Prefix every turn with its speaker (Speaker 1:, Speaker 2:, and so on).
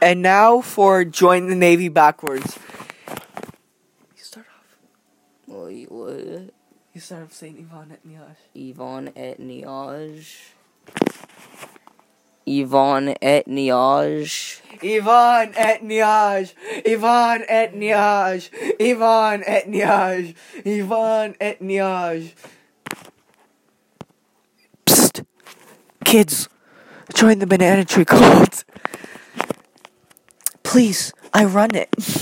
Speaker 1: And now for join the Navy backwards. You start off.
Speaker 2: Wait, what?
Speaker 1: You start off saying Ivan at Niash.
Speaker 2: Yvonne et Niage. Yvonne et Niage.
Speaker 1: Ivan at Niash. Ivan at Niash. Ivan at Niash. Ivan at Niash. Psst. Kids, join the banana tree cult. Please, I run it.